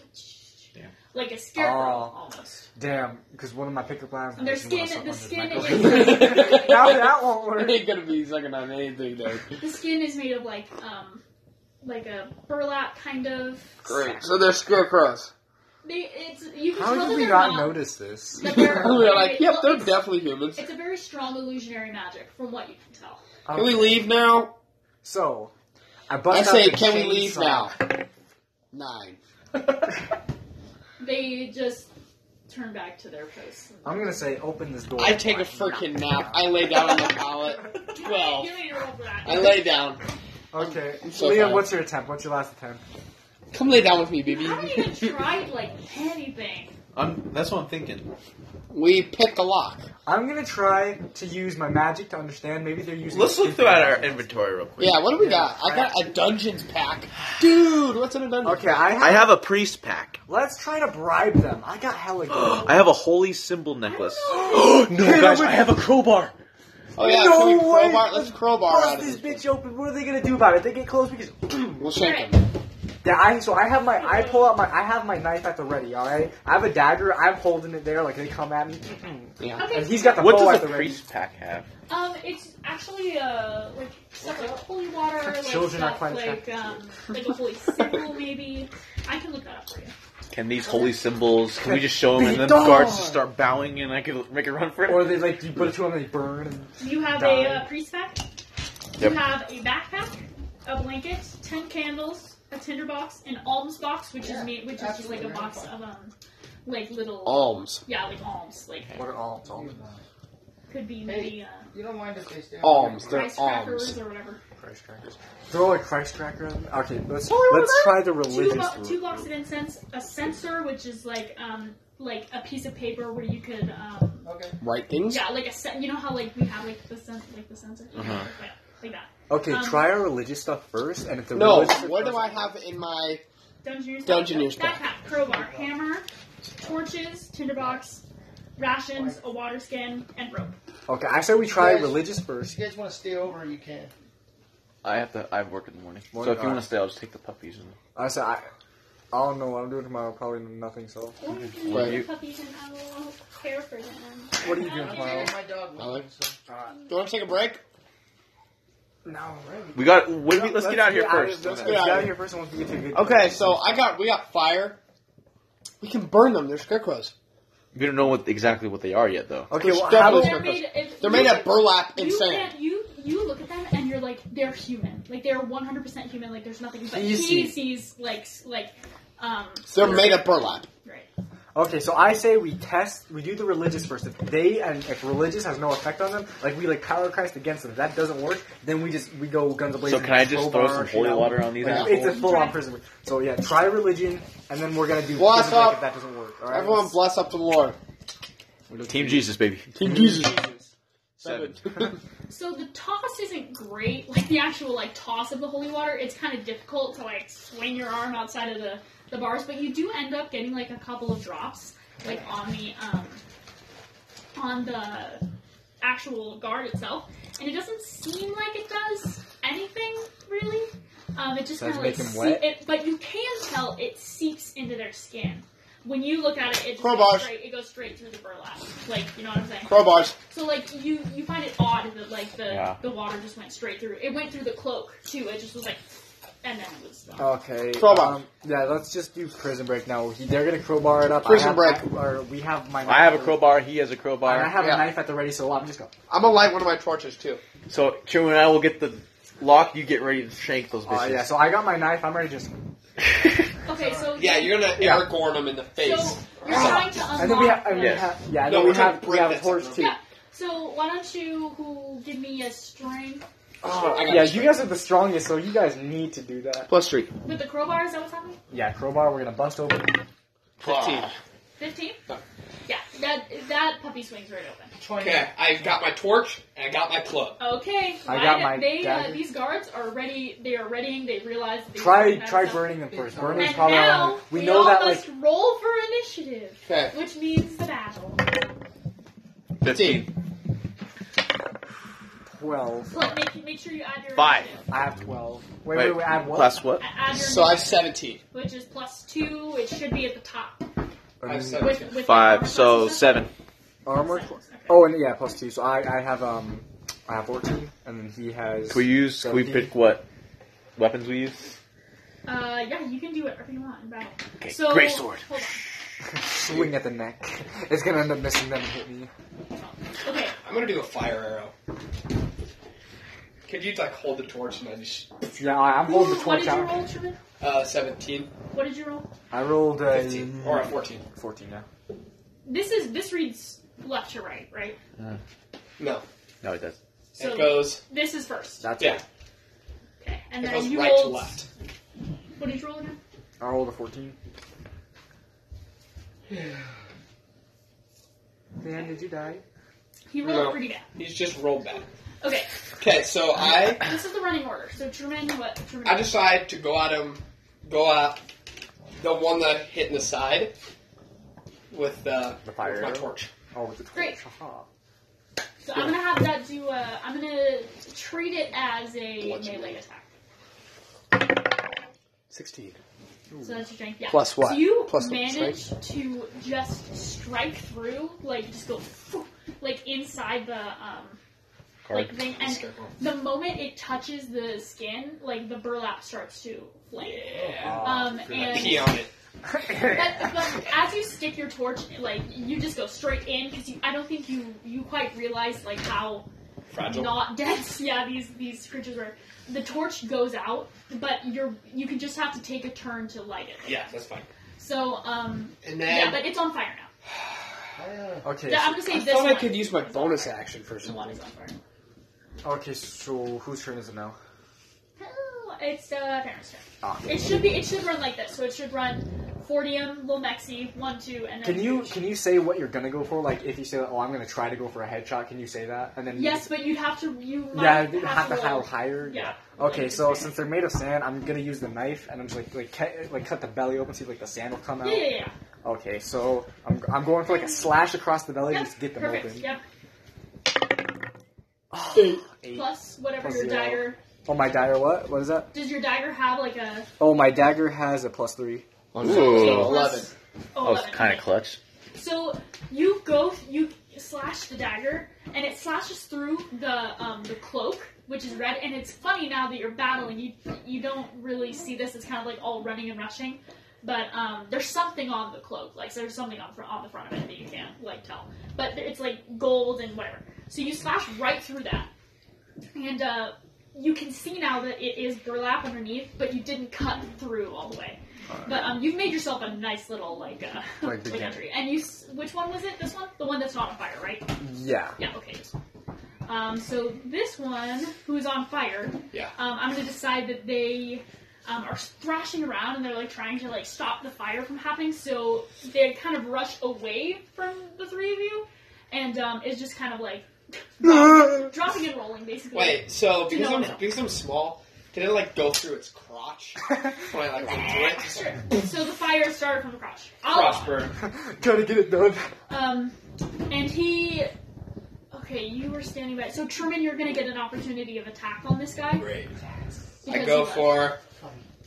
Damn. Like a scarecrow, Oh. almost. Damn, because one of my pickup lines. Their was when I skin, saw the under skin micro- is now that won't work. I ain't gonna be sucking on anything though. The skin is made of like um like a burlap kind of. Great. So they're scarecrows. They it's you can How tell did that we they're not not. notice this? But they're- We're like, yep, they're It's- definitely humans. It's a very strong illusionary magic, from what you can tell. Can we leave now? So, I I bust out say, the can we leave chainsaw. now? Nine. They just turn back to their place. I'm gonna say, open this door. I take a freaking nap. I lay down on the pallet. Twelve. You don't need to roll for that. I lay down. Okay, I'm so Liam, fine. what's your attempt? What's your last attempt? Come lay down with me, baby. You haven't even tried like anything. I'm. That's what I'm thinking. We pick a lock. I'm gonna try to use my magic to understand. Maybe they're using. Let's look throughout our inventory real quick. Yeah, what do we got? I got a dungeons pack. Dude, what's in a dungeon? Okay, I have, I have a priest pack. Let's try to bribe them. I got hella gold. I have a holy symbol necklace. no, guys, I have a crowbar. Oh yeah, No can we way. crowbar? Let's crowbar out Bust of this this. bitch open. What are they gonna do about it? They get close because We'll shake him. yeah. I so I have my I pull out my I have my knife at the ready. All right, I have a dagger. I'm holding it there. Like they come at me, Yeah. Okay. and he's got the What bow does at a the ready. priest pack have? Um, it's actually uh like stuff like holy water, like Children are stuff quite like um like a holy symbol maybe. I can look that up for you. Can these holy symbols? Can we just show them Be and then the gone. guards just start bowing and I can make a run for it? Or they like you put it to him and they burn. And, You have Die. a uh, priest pack. Yep. You have a backpack, a blanket, ten candles, a tinderbox, an alms box, which Yeah, is made, which is that's just like what a we're box looking of um like little Alms. yeah like alms like what are all? all- could be maybe uh, You don't mind if they stay Alms. They're rice crackers alms. or whatever. Throw a Christ cracker. At them. Okay, let's Throw it let's at try the Two, religious. bo- two blocks of incense, a censer, which is like um like a piece of paper where you could um Okay. Right things? Yeah, like a sen- you know how like we have like the sen- like the sensor, Uh-huh. yeah, like that. Okay, Um, try our religious stuff first, and if the No, religious what do I have in my. Dungeoneers. Dungeoneer's backpack, pack. crowbar, hammer, torches, tinderbox, rations, a water skin, and rope. okay, I said we try Yes. religious If first. you guys want to stay over, you can. I have to. I have work in the morning. Morning, so if you want alright. to stay, I'll just take the puppies. And I said I, I don't know what I'm doing tomorrow. Probably nothing. So Or you can Right. leave the puppies and I will care for them. what are you doing doing tomorrow? tomorrow? My dog was Alright. so. Do you want to take a break? No. we got. What do we, let's get out of here first. Let's get get out out of of here first. and once we get to a good- Okay, so I got. We got fire. We can burn them. They're scarecrows. We don't know what exactly what they are yet, though. Okay. Well, how Definitely about, They're made. If, They're made of burlap and You, sand. can't- you you look at them and you're like they're human. Like they're 100 percent human. Like there's nothing but Easy. feces. Like s- like um. They're made of burlap. Right. okay, so I say we test. We do the religious first. If they and if religious has no effect on them, like we like power Christ against them. If that doesn't work, then we just we go guns ablazing. So can I just throw crowbar some shit holy out. water on these? Like, Yeah. it's a assholes? full on prison. So yeah, try religion, and then we're gonna do. Well, I prison break thought- if that doesn't work. All right. Everyone bless up the Lord. Team Jesus, baby. Team Jesus. Seven. So the toss isn't great, like the actual like toss of the holy water. It's kind of difficult to like swing your arm outside of the, the bars, but you do end up getting like a couple of drops, like on the um, on the actual guard itself, and it doesn't seem like it does anything really. Um, it just Does kind of it like make them seep- wet? it, but you can tell it seeps into their skin. When you look at it, it just Crowbar. goes straight, it goes straight through the burlap. Like you know what I'm saying? Crowbars. So like you you find it odd that like the Yeah. the water just went straight through. It went through the cloak too. It just was like, and then it was done. Okay. Crowbar. Um, yeah, let's just do prison break now. He, they're gonna crowbar it up. I Prison have- break. I- or we have my. I have a crowbar. He has a crowbar. And I have Yeah. a knife at the ready, so I'm just going. I'm gonna light one of my torches too. so Truman and I will get the lock. You get ready to shank those Oh bitches. yeah, so I got my knife. I'm ready to just. Oh. Okay, so Yeah, you're gonna Yeah. air Gorn him in the face. so you're trying to unlock. And then we have. And the- we Yes. have yeah, and No, then we we're gonna have we break have a that horse too. separate yeah. So why don't you who give me a strength Oh, I got yeah, it you guys are the strongest, so you guys need to do that. Plus three. with the crowbar? Is that what's happening? Yeah, crowbar. We're gonna bust open. Fifteen. Fifteen. Yeah, that that puppy swings right open. Okay, I've got my torch and I got my club. Okay, I why got did- my they uh, dagger. these guards are ready. They are readying. They realize. They Try don't have try stuff. burning them first. And Burning's And probably now on. we, We know all that like must roll for initiative, Okay. which means the battle. Fifteen. twelve. So make, make sure you add your Five. initiative. I have twelve. Wait, Wait, wait, wait. I have what? Plus what? A- Add your So I have seventeen. initiative, which is plus two. It should be at the top. Burning- I've said- With, with the armor Five. So class. seven. armor. Okay. Oh, and yeah, plus two. So I I have um I have fourteen, and then he has. Can we use? Can we pick what weapons we use? Uh, yeah, you can do whatever you want in battle. Okay. So Great sword. Hold on. swing at the neck. It's gonna end up missing them and hit me. Okay. I'm gonna do a fire arrow. Could you like hold the torch and I just Yeah, I- I'm holding the Ooh, What torch did you out. roll, Truman? uh seventeen? What did you roll? I rolled a Fifteen. Or a fourteen. fourteen now. This is this reads left to right, right? No. No, it does. So it goes this is first. That's Yeah. it. Okay, and it then goes you right to rolled. left. What did you roll again? I rolled a fourteen. Dan, did you die? He rolled No. pretty bad. He's just rolled back. Okay, Okay, so I this is the running order. So Truman, what? Truman. I decide to go at him, go at the one that I hit in the side with the, The fire with my arrow? torch. Oh, with the torch. Great. Um, Haha. so I'm gonna have that do. Uh, I'm gonna treat it as a What's your melee name? attack. 16. So that's your strength. Yeah. Plus what? So you Plus what, manage to just strike through, like just go, like inside the um, like thing, and the moment it touches the skin, like the burlap starts to flame. Yeah. Ah, Um, and Pee on it. But, but as you stick your torch, like you just go straight in because I don't think you you quite realize like how Fragile. not dense. Yeah, these these creatures are. The torch goes out, but you're you can just have to take a turn to light it. Yeah, that's fine. So um And yeah, then but it's on fire now. Okay. Yeah, I'm So, gonna say I this thought I one. could use my This bonus action for one something. is on fire. okay. So whose turn is it now? Oh, It's uh, Baron's turn. Ah. It should be. It should run like this. So it should run Fortium, Lil Mexi, one, two, and then. Can you can you say what you're gonna go for? Like if you say, "Oh, I'm gonna try to go for a headshot," can you say that? And then Yes, but you'd have to. You might yeah, you have to roll. howl higher. Yeah. Okay, Like, so okay. since they're made of sand, I'm gonna use the knife and I'm just like like cut, like cut the belly open, see if, like the sand will come out. Yeah, yeah, yeah. Okay, so I'm, I'm going for like a slash across the belly just to get them perfect. open. Yep. Eight. Plus whatever Plus your zero. dagger. Oh, my dagger. What? What is that? Does your dagger have like a? Oh, my dagger has a plus three. so Ooh. plus- Oh, That was 11, kind okay. of clutch. So you go, you slash the dagger, and it slashes through the um, the cloak, which is red. And it's funny now that you're battling, you you don't really see this. It's kind of like all running and rushing, but um, there's something on the cloak, like there's something on fr- on the front of it that you can't like tell. But it's like gold and whatever. So you slash right through that, and uh, you can see now that it is burlap underneath, but you didn't cut through all the way. But um, you've made yourself a nice little like uh, Like like, the gap. entry. And you, s- which one was it? This one, the one that's not on fire, right? Yeah. Yeah. Okay. this one. Um, so this one, who's on fire, Yeah. Um, I'm gonna decide that they um, are thrashing around and they're like trying to like stop the fire from happening. So they kind of rush away from the three of you, and um, is just kind of like dropping and rolling basically. wait. So because No, I'm no. because I'm small, did it like go through its crotch when I like went through it? Just like, So the fire started from the crotch. crotch burn. Gotta get it done. Um, and he. Okay, you were standing by. So Truman, you're gonna get an opportunity of attack on this guy. Great. I because go he- for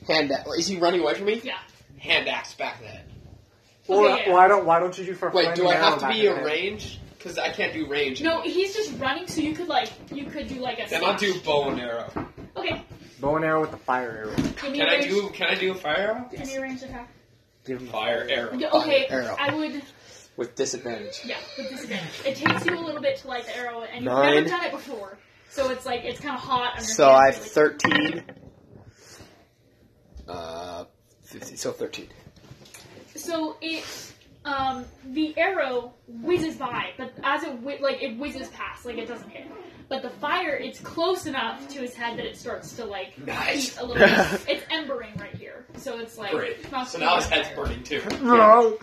hand. a- Is he running away from me? Yeah. Hand axe back then. Well, Okay, yeah. why don't why don't you do for? Wait, flaming do I arrow have to back be in a it? range? Because I can't do range. No, he's just running, so you could like you could do like a. Then I'll do slash. bow and arrow. Okay, Bow and arrow with the fire arrow. give me Can a I range. do? Can I do a fire Give me a range attack. Give him arrow? Fire arrow. Yeah, Okay, Oh, arrow. I would. With disadvantage. Yeah, with disadvantage. It takes you a little bit to light the arrow, and you've Nine. never done it before, so it's like it's kind of hot. Under So your I have hands, really- 13. Uh, 15, so 13. So it, um, the arrow whizzes by, but as it whi- like it whizzes past, like it doesn't hit. But the fire, it's close enough to his head that it starts to like Nice. heat a little. bit. it's embering right here, so it's like Great. not So too now his bad. head's burning too. No,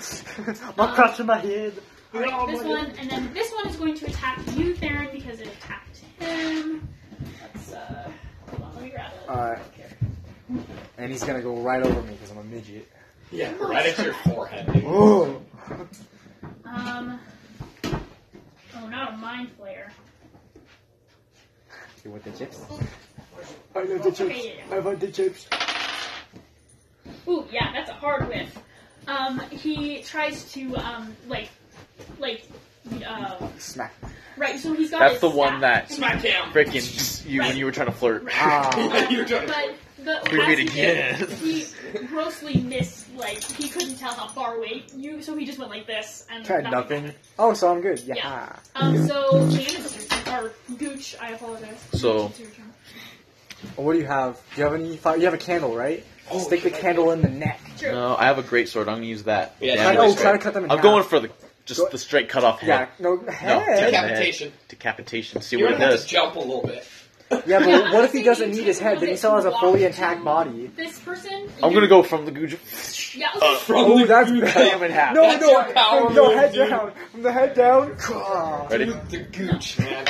my crotch in my head. Alright, Oh, this my one, and then this one is going to attack you, Theron, because it attacked him. Let's uh, hold on, let me grab it. Alright. And he's gonna go right over me because I'm a midget. Yeah, right at your forehead. dude. Oh. Um, oh, not a mind flare. You want the chips? I love the chips. Okay, yeah, I want the chips. yeah. Ooh, yeah, that's a hard whiff. Um, he tries to um, like, like, uh, Smack. right. So he's got. That's his the one staff. that Smack him. freaking you when you were trying to flirt. Ah. Um, You're done. But but Do as it he again. did, He grossly missed. Like he couldn't tell how far away you. So he just went like this and Tried nothing. Oh, so I'm good. Yeah. Yeah. Um, so Janice or Gooch, I apologize. So- It's your turn. Oh, what do you have? Do you have any fire? You have a candle, right? Oh, Stick the should I- candle in the neck. Sure. No, I have a great sword. I'm gonna use that. Yeah, Damn try- it. oh, try to cut them in I'm half. going for the just Go- the straight cut off Yeah. head. No. Head. damn. Decapitation. Decapitation. See You're what gonna it have to does. jump a little bit. Yeah, but Yeah, what if he honestly, doesn't you need take his a head? little Then he bit still has to a fully walk intact to body. This person, I'm gonna go from the Guju. Yeah. From Oh, the that's Cut bad. him in half. No, That's no, your power from the move, head dude. down. From the head down. Ah. Ready? Through the gooch, man.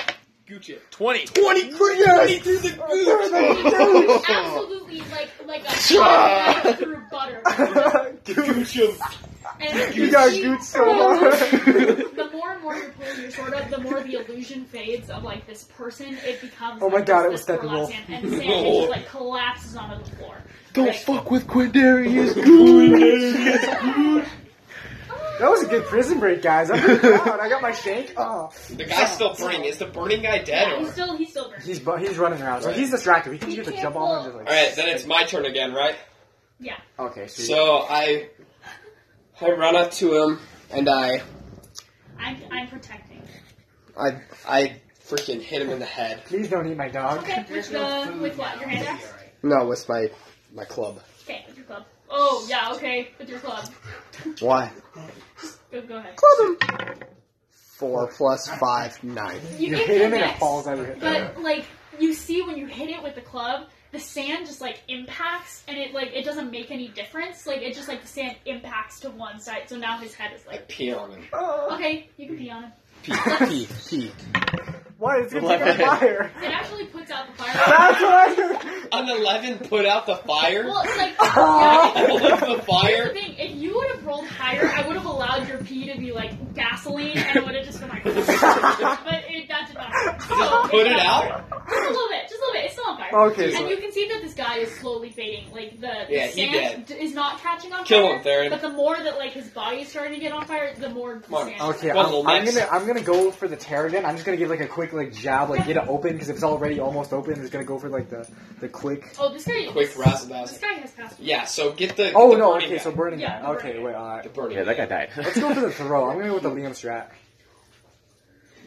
Gooch it. 20. 20 crit yes! through Through the the gooch! Absolutely, like like a fire through butter. gooch of And You got she- good so hard. The more and more you're pulling your sword up, the more the illusion fades of like this person. It becomes. Oh my like, God, this- it was this Steppenwolf. burlap hand, And Sam it just like collapses onto the floor. Don't Like, fuck with Quindarius Gooch. That was a good prison break, guys. I'm pretty proud. I got my shank. Oh. The guy's still burning. Is the burning guy dead yeah, or? he's still he's still burning. He's bu- he's running around, so he's distracted. He can You get the can't jump on him. pull. Just like, Alright, then it's my turn again, right? Okay, sweet. So I. I run up to him and I. I'm I'm protecting. I. I freaking hit him in the head. Please don't eat my dog. Okay, with the with what your hand axe? No, with my. my club. Okay, with your club. Oh yeah, okay, with your club. Why? Go, go ahead. Four plus five, nine. You, You get hit him and it connects, falls out of it. But like you see when you hit it with the club, the sand just like impacts and it like it doesn't make any difference. Like it just like the sand impacts to one side, so now his head is I like pee on him. Oh, okay, you can pee on him. Pee, pee, pee. why? It's gonna take on Eleven. fire. It actually puts out the That's fire. why. An 11 put out the fire? well, it's like Oh. the Here's the fire? thing, if you would have rolled higher, I would have allowed your pee to be like gasoline, and it would have just been like. but it, that did not. happen. So Put it got out? Just a little bit, just a little bit. It's still on fire. Okay, And so- you can see that this guy is slowly fading. Like the, the Yeah, he sand d- is not catching on Kill fire. him, Theron. But the more that like his body is starting to get on fire, the more the on. sand. Okay, Well, I'm, we'll I'm mix. gonna I'm gonna go for the Terrigen. I'm just gonna give like a quick like jab, like get it open because if it's already almost open, I'm just gonna go for like the the quick. Oh, this guy. Quick this, razzle this dazzle. guy has passed. Yeah, so get the. Oh the no, burning okay, guy. so burning Yeah, guy. Okay, burning. wait, all right. The burning Yeah, that guy guy. died. Let's go for the throw. I'm gonna go with the Liam Strat.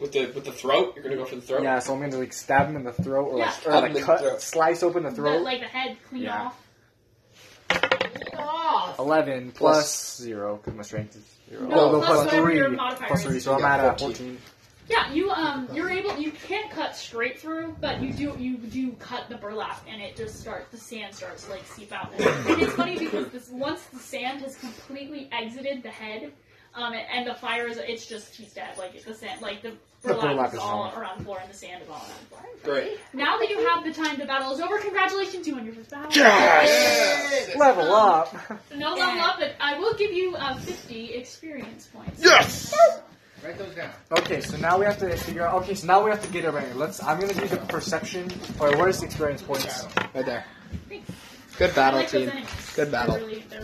With the, with the throat? You're gonna go for the throat? Yeah, so I'm gonna like stab him in the throat or like, Yeah. or, Stab him in like the cut, throat. slice open the The, throat. like the head clean Yeah. off. Oh. Eleven plus zero because my strength is zero. No, Oh, plus whatever your modifier plus is. three. So I'm Yeah, at uh, 14. fourteen. Yeah, you um, you're able. You can't cut straight through, but you do. You do cut the burlap, and it just starts. The sand starts to, like seep out. And it's funny because this once the sand has completely exited the head, um, and, and the fire is. It's just he's dead. Like the sand, like the burlap, burlap is, is all gone. around the floor, and the sand is all around the floor. Great. Now that you have the time, the battle is over. Congratulations, you on your first battle. Yes! Um, Level up. No level up, but I will give you uh, 50 experience points. Yes! Write those down. Okay, so now we have to figure out. Okay, so now we have to get it right. Let's. I'm gonna do the perception. Or where's the experience points? Right there. Thanks. Good I battle, like those team. enemies. Good They're battle. really- they're